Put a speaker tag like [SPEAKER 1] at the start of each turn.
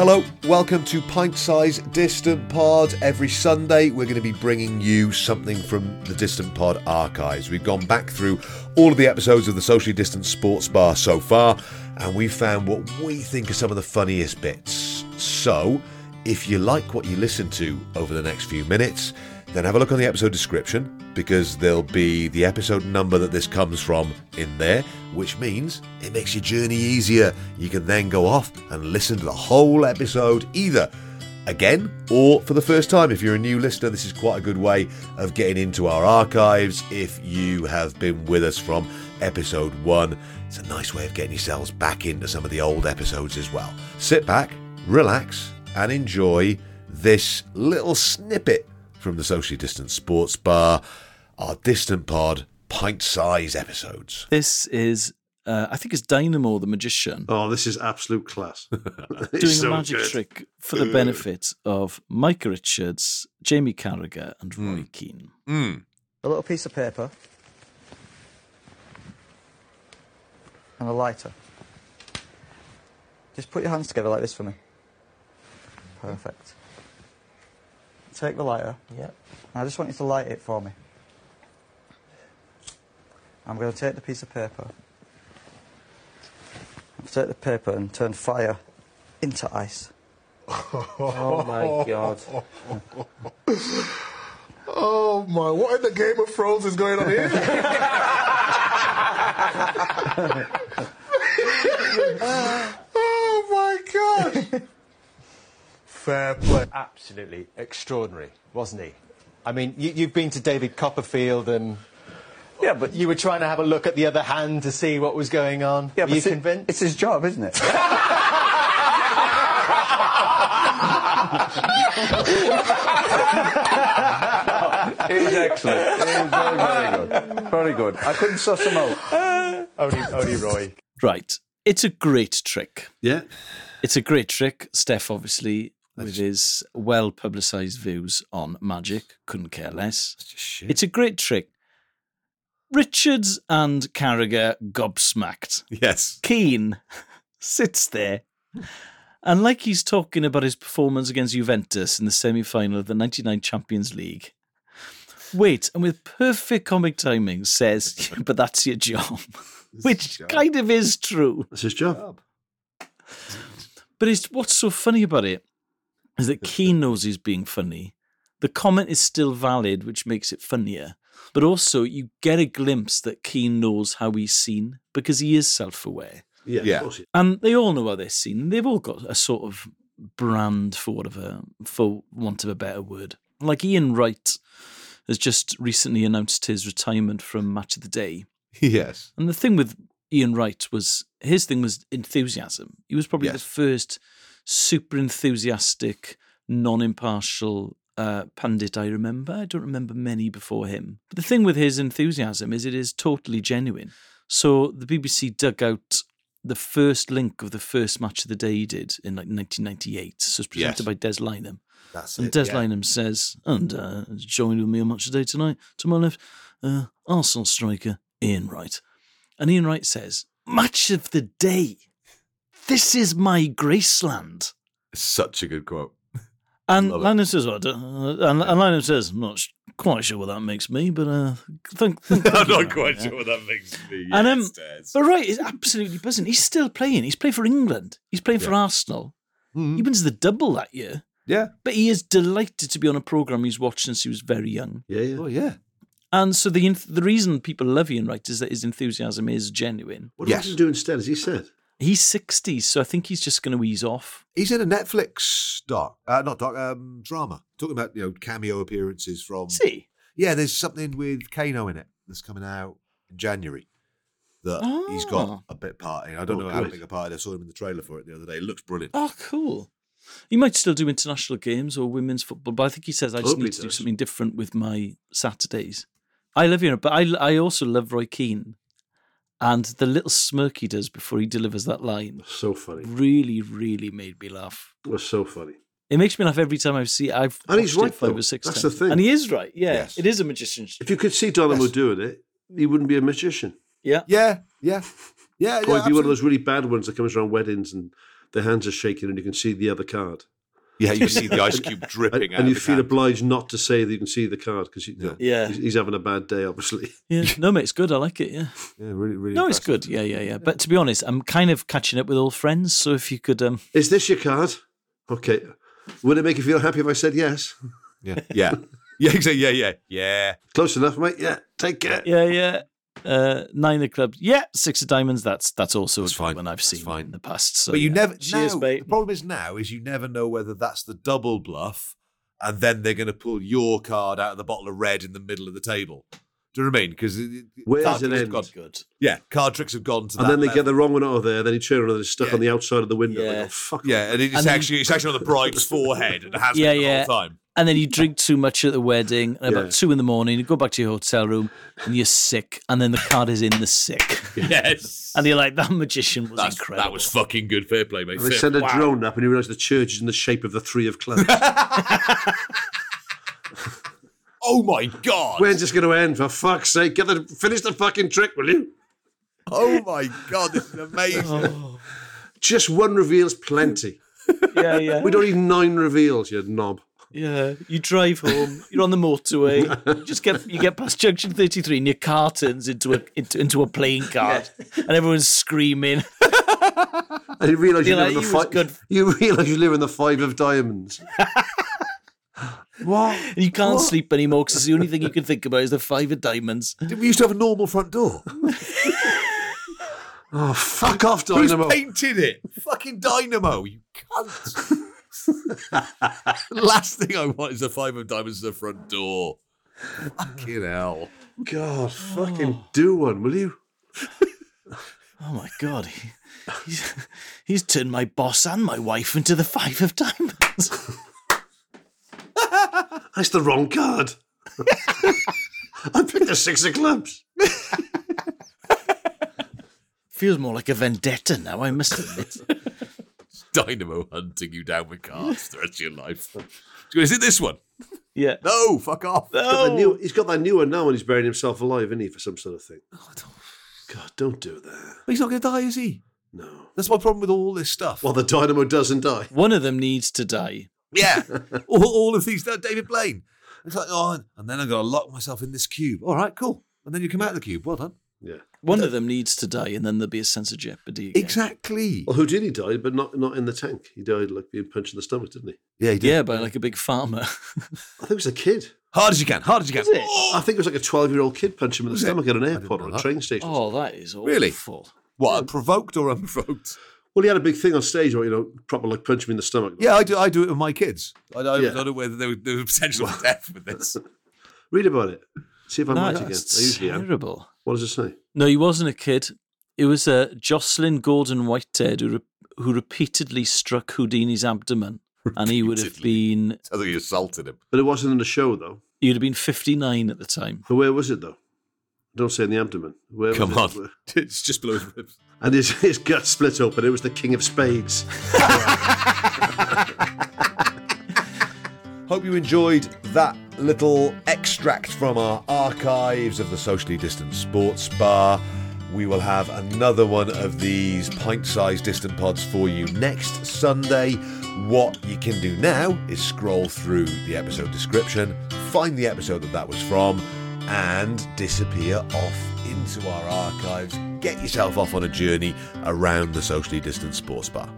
[SPEAKER 1] Hello, welcome to Pint Size Distant Pod. Every Sunday, we're going to be bringing you something from the Distant Pod archives. We've gone back through all of the episodes of the Socially Distant Sports Bar so far, and we found what we think are some of the funniest bits. So, if you like what you listen to over the next few minutes, then have a look on the episode description because there'll be the episode number that this comes from in there, which means it makes your journey easier. You can then go off and listen to the whole episode either again or for the first time. If you're a new listener, this is quite a good way of getting into our archives. If you have been with us from episode one, it's a nice way of getting yourselves back into some of the old episodes as well. Sit back, relax, and enjoy this little snippet from the socially distant sports bar, our distant pod pint size episodes.
[SPEAKER 2] This is, uh, I think it's Dynamo the magician
[SPEAKER 3] Oh, this is absolute class. It's
[SPEAKER 2] doing
[SPEAKER 3] so
[SPEAKER 2] a magic
[SPEAKER 3] good.
[SPEAKER 2] trick for the benefit of Mike Richards, Jamie Carragher, and
[SPEAKER 3] Hmm.
[SPEAKER 2] Roy Keane.
[SPEAKER 4] a little piece of paper, and a lighter. Just put your hands together like this for me. Perfect. Take the lighter. Yeah. I just want you to light it for me. I'm going to take the piece of paper. I'll take the paper and turn fire into ice.
[SPEAKER 5] Oh my god.
[SPEAKER 6] Oh my, what in the Game of Thrones is going on here? oh my gosh. Fair play.
[SPEAKER 5] Absolutely extraordinary, wasn't he? I mean, you, you've been to David Copperfield and. Yeah, but you were trying to have a look at the other hand to see what was going on. were you
[SPEAKER 4] it's,
[SPEAKER 5] convinced?
[SPEAKER 4] it's his job, isn't it?
[SPEAKER 6] It was excellent. It was very, very good.
[SPEAKER 4] Very good. I couldn't suss him out.
[SPEAKER 5] Only, only Roy.
[SPEAKER 2] Right. It's a great trick.
[SPEAKER 3] Yeah.
[SPEAKER 2] It's a great trick. Steph, obviously, with his well publicised views on magic, couldn't care less. It's a great trick. Richards and Carragher gobsmacked.
[SPEAKER 1] Yes.
[SPEAKER 2] Keane sits there. And like he's talking about his performance against Juventus in the semi final of the 99 Champions League, wait, and with perfect comic timing says, But that's your job, which kind of is true.
[SPEAKER 3] That's his job.
[SPEAKER 2] But it's what's so funny about it is that Keane knows he's being funny. The comment is still valid, which makes it funnier. But also, you get a glimpse that Keane knows how he's seen because he is self aware.
[SPEAKER 3] Yeah.
[SPEAKER 1] Yeah.
[SPEAKER 3] Of course he-
[SPEAKER 2] And they all know how they're seen. They've all got a sort of brand, for whatever, for want of a better word. Like Ian Wright has just recently announced his retirement from Match of the Day.
[SPEAKER 1] Yes.
[SPEAKER 2] And the thing with Ian Wright was his thing was enthusiasm. He was probably the
[SPEAKER 1] Yes.
[SPEAKER 2] first super enthusiastic, non impartial uh, pundit I remember. I don't remember many before him. But the thing with his enthusiasm is it is totally genuine. So the BBC dug out the first link of the first match of the day he did in like 1998. So it's presented
[SPEAKER 1] Yes.
[SPEAKER 2] by Des Lynam.
[SPEAKER 1] That's
[SPEAKER 2] And
[SPEAKER 1] it.
[SPEAKER 2] Des
[SPEAKER 1] yeah.
[SPEAKER 2] Lynam says, and uh, joined with me on Match Today tonight, to my left, uh, Arsenal striker Ian Wright. And Ian Wright says, Match of the day. This is my Graceland.
[SPEAKER 7] Such a good quote.
[SPEAKER 2] And
[SPEAKER 7] Love it.
[SPEAKER 2] Lynam says, "Well, I don't- uh, and, and Lynam says, I'm not sh- quite sure what that makes me, but uh, thank, thank
[SPEAKER 7] I'm
[SPEAKER 2] you,
[SPEAKER 7] not
[SPEAKER 2] Lynam,
[SPEAKER 7] quite
[SPEAKER 2] yeah."
[SPEAKER 7] sure what that makes me.
[SPEAKER 2] And um,
[SPEAKER 7] Yes, Des.
[SPEAKER 2] but right, it's absolutely buzzing. He's still playing. He's playing for England. He's playing for Arsenal.
[SPEAKER 7] Hmm.
[SPEAKER 2] He wins the double that year.
[SPEAKER 1] Yeah.
[SPEAKER 2] But he is delighted to be on a program he's watched since he was very young.
[SPEAKER 3] Yeah, yeah.
[SPEAKER 1] Oh yeah.
[SPEAKER 2] And so the enth- the reason people love Ian Wright is that his enthusiasm is genuine.
[SPEAKER 3] What
[SPEAKER 1] Yes.
[SPEAKER 3] does he do instead? As he said,
[SPEAKER 2] He's sixty, so I think he's just going to ease off.
[SPEAKER 1] He's in a Netflix doc, uh, not doc, um, drama. Talking about you know cameo appearances from.
[SPEAKER 2] See,
[SPEAKER 1] Yeah, there's something with Kano in it that's coming out in January. That he's got
[SPEAKER 2] Ah.
[SPEAKER 1] a bit part in. I don't
[SPEAKER 3] Oh,
[SPEAKER 1] know how
[SPEAKER 3] good.
[SPEAKER 1] big a part. I saw him in the trailer for it the other day. It looks brilliant.
[SPEAKER 2] oh, cool. He might still do international games or women's football, but I think he says I just
[SPEAKER 3] Hope he
[SPEAKER 2] need to do
[SPEAKER 3] does.
[SPEAKER 2] something different with my Saturdays. I love Ian, Wright, but I I also love Roy Keane, and the little smirk he does before he delivers that line
[SPEAKER 3] so funny.
[SPEAKER 2] really, really made me laugh.
[SPEAKER 3] It was so funny.
[SPEAKER 2] It makes me laugh every time I see. I've
[SPEAKER 3] And he's
[SPEAKER 2] watched
[SPEAKER 3] right,
[SPEAKER 2] it five
[SPEAKER 3] though.
[SPEAKER 2] or six
[SPEAKER 3] That's the
[SPEAKER 2] times.
[SPEAKER 3] thing.
[SPEAKER 2] and he is right. Yeah,
[SPEAKER 1] Yes.
[SPEAKER 2] it is a magician's
[SPEAKER 3] If you could see Dynamo
[SPEAKER 1] Yes.
[SPEAKER 3] doing it, he wouldn't be a magician.
[SPEAKER 2] Yeah.
[SPEAKER 1] Yeah, yeah, yeah. yeah,
[SPEAKER 3] Or he'd be one of
[SPEAKER 1] absolutely.
[SPEAKER 3] those really bad ones that comes around weddings and their hands are shaking and you can see the other card.
[SPEAKER 1] Yeah, you see the ice cube
[SPEAKER 3] And,
[SPEAKER 1] dripping out.
[SPEAKER 3] and you
[SPEAKER 1] of his
[SPEAKER 3] feel
[SPEAKER 1] hand.
[SPEAKER 3] obliged not to say that you can see the card because you know,
[SPEAKER 2] Yeah.
[SPEAKER 3] he's, he's having a bad day, obviously.
[SPEAKER 2] Yeah. No, mate, it's good. I like it. Yeah.
[SPEAKER 1] Yeah, really, really.
[SPEAKER 2] No, it's
[SPEAKER 1] impressive.
[SPEAKER 2] good. Yeah, yeah, yeah. But to be honest, I'm kind of catching up with old friends. So if you could, um,
[SPEAKER 3] Is this your card? Okay. Would it make you feel happy if I said yes?
[SPEAKER 1] Yeah, yeah, yeah, exactly. Yeah, yeah, yeah.
[SPEAKER 3] Close enough, mate. Yeah. Take it.
[SPEAKER 2] yeah, yeah. Uh, nine of clubs. Yeah, six of diamonds. That's that's also
[SPEAKER 1] That's
[SPEAKER 2] a good
[SPEAKER 1] fine,
[SPEAKER 2] one I've
[SPEAKER 1] that's
[SPEAKER 2] seen
[SPEAKER 1] fine.
[SPEAKER 2] in the past. So
[SPEAKER 1] but you
[SPEAKER 2] yeah.
[SPEAKER 1] never.
[SPEAKER 2] Cheers,
[SPEAKER 1] now,
[SPEAKER 2] mate.
[SPEAKER 1] The problem is now is you never know whether that's the double bluff, and then they're going to pull your card out of the bottle of red in the middle of the table. Do you know what I mean? Because
[SPEAKER 3] Where
[SPEAKER 1] card
[SPEAKER 3] does it
[SPEAKER 1] tricks have
[SPEAKER 3] end?
[SPEAKER 1] gone-
[SPEAKER 2] Good.
[SPEAKER 1] yeah, card tricks have gone to that.
[SPEAKER 3] And then they get
[SPEAKER 1] level.
[SPEAKER 3] the wrong one out of there. Then you turn around and it's stuck
[SPEAKER 1] Yeah.
[SPEAKER 3] on the outside of the window.
[SPEAKER 2] Yeah.
[SPEAKER 3] Like, oh, fuck.
[SPEAKER 1] Yeah, and it's
[SPEAKER 2] And then-
[SPEAKER 1] actually it's actually on the bride's forehead and it has
[SPEAKER 2] Yeah,
[SPEAKER 1] been the
[SPEAKER 2] yeah.
[SPEAKER 1] whole time.
[SPEAKER 2] And then you drink too much at the wedding, and about
[SPEAKER 3] Yeah.
[SPEAKER 2] two in the morning, you go back to your hotel room, and you're sick, and then the card is in the sick,
[SPEAKER 7] yes.
[SPEAKER 2] and you're like, that magician was
[SPEAKER 7] That's,
[SPEAKER 2] incredible.
[SPEAKER 7] that was fucking good fair play, mate.
[SPEAKER 3] And they
[SPEAKER 7] Fair-
[SPEAKER 3] send a
[SPEAKER 7] wow.
[SPEAKER 3] drone up and you realise the church is in the shape of the three of clubs.
[SPEAKER 7] Oh my god.
[SPEAKER 3] When's this going to end? For fuck's sake, get the finish the fucking trick, will you?
[SPEAKER 1] Oh my god, this is amazing.
[SPEAKER 3] Just one reveal's plenty.
[SPEAKER 2] yeah, yeah,
[SPEAKER 3] We don't need nine reveals, you knob.
[SPEAKER 2] yeah. You drive home, you're on the motorway, you just get you get past junction 33, and your car turns into a into, into a playing card, and everyone's screaming.
[SPEAKER 3] And you realise you
[SPEAKER 2] You're like,
[SPEAKER 3] live in
[SPEAKER 2] "You
[SPEAKER 3] the
[SPEAKER 2] was
[SPEAKER 3] five.
[SPEAKER 2] good."
[SPEAKER 3] You realise you live in the five of diamonds. what?
[SPEAKER 2] And you can't sleep anymore because the only thing you can think about is the five of diamonds.
[SPEAKER 1] we used to have a normal front door.
[SPEAKER 3] Oh, fuck off,
[SPEAKER 1] Who's
[SPEAKER 3] Dynamo.
[SPEAKER 1] painted it? Fucking dynamo, you cunt. Last thing I want is a five of diamonds to the front door. Fucking hell.
[SPEAKER 3] God, fucking do one, will you?
[SPEAKER 2] Oh my god, he, he's, he's turned my boss and my wife into the five of diamonds.
[SPEAKER 3] That's the wrong card. I picked the six of clubs.
[SPEAKER 2] Feels more like a vendetta now, I must admit.
[SPEAKER 7] Dynamo hunting you down with cards the rest of your life. Is it this one?
[SPEAKER 2] Yeah.
[SPEAKER 7] No, fuck off.
[SPEAKER 3] Got that
[SPEAKER 2] Oh.
[SPEAKER 3] new- he's got that new one now, and he's burying himself alive, isn't he, for some sort of thing?
[SPEAKER 2] Oh,
[SPEAKER 3] God, don't do that.
[SPEAKER 1] But he's not going to die, is he?
[SPEAKER 3] No.
[SPEAKER 1] That's my problem with all this stuff.
[SPEAKER 3] Well, the Dynamo doesn't die.
[SPEAKER 2] One of them needs to die.
[SPEAKER 1] yeah, all, all of these. David Blaine. It's like, oh, and then I'm going to lock myself in this cube. All right, cool. And then you come out of the cube. Well done.
[SPEAKER 3] Yeah.
[SPEAKER 2] One of them needs to die, and then there'll be a sense of jeopardy. again.
[SPEAKER 1] Exactly.
[SPEAKER 3] Well, who did he die? But not not in the tank. He died like being punched in the stomach, didn't he?
[SPEAKER 1] Yeah, he did.
[SPEAKER 2] Yeah, by like a big farmer.
[SPEAKER 3] I think it was a kid.
[SPEAKER 1] Hard as you can. Hard as you can. Oh,
[SPEAKER 3] I think it was like a twelve-year-old kid punched him in the
[SPEAKER 1] Was it?
[SPEAKER 3] stomach at an
[SPEAKER 1] I didn't
[SPEAKER 3] airport
[SPEAKER 1] know
[SPEAKER 3] or a
[SPEAKER 1] that.
[SPEAKER 3] train station.
[SPEAKER 2] oh, that is awful.
[SPEAKER 1] Really? What? Provoked or unprovoked?
[SPEAKER 3] Well, he had a big thing on stage where you know, proper like punch him in the stomach.
[SPEAKER 1] Yeah, I do. I do it with my kids. I, I,
[SPEAKER 3] Yeah.
[SPEAKER 1] I don't know whether there was, there was potential for death with this.
[SPEAKER 3] Read about it. See if I'm
[SPEAKER 2] No,
[SPEAKER 3] right again. I
[SPEAKER 2] that's
[SPEAKER 3] usually am.
[SPEAKER 2] terrible.
[SPEAKER 3] What does it say?
[SPEAKER 2] No, he wasn't a kid. It was uh, Jocelyn Gordon Whitehead who, re- who repeatedly struck Houdini's abdomen, and he would have
[SPEAKER 1] Repeatedly.
[SPEAKER 2] been
[SPEAKER 1] I think you assaulted him.
[SPEAKER 3] But it wasn't in the show though.
[SPEAKER 2] he'd have been fifty nine at the time.
[SPEAKER 3] But where was it though? Don't say in the abdomen. Where was
[SPEAKER 7] Come
[SPEAKER 3] it?
[SPEAKER 7] on. It's just below his ribs.
[SPEAKER 3] And his, his gut split open. It was the King of Spades.
[SPEAKER 1] Hope you enjoyed that little extract from our archives of the socially distant sports bar. We will have another one of these pint sized distant pods for you next Sunday. What you can do now is scroll through the episode description, find the episode that that was from, and disappear off into our archives. Get yourself off on a journey around the socially distant sports bar.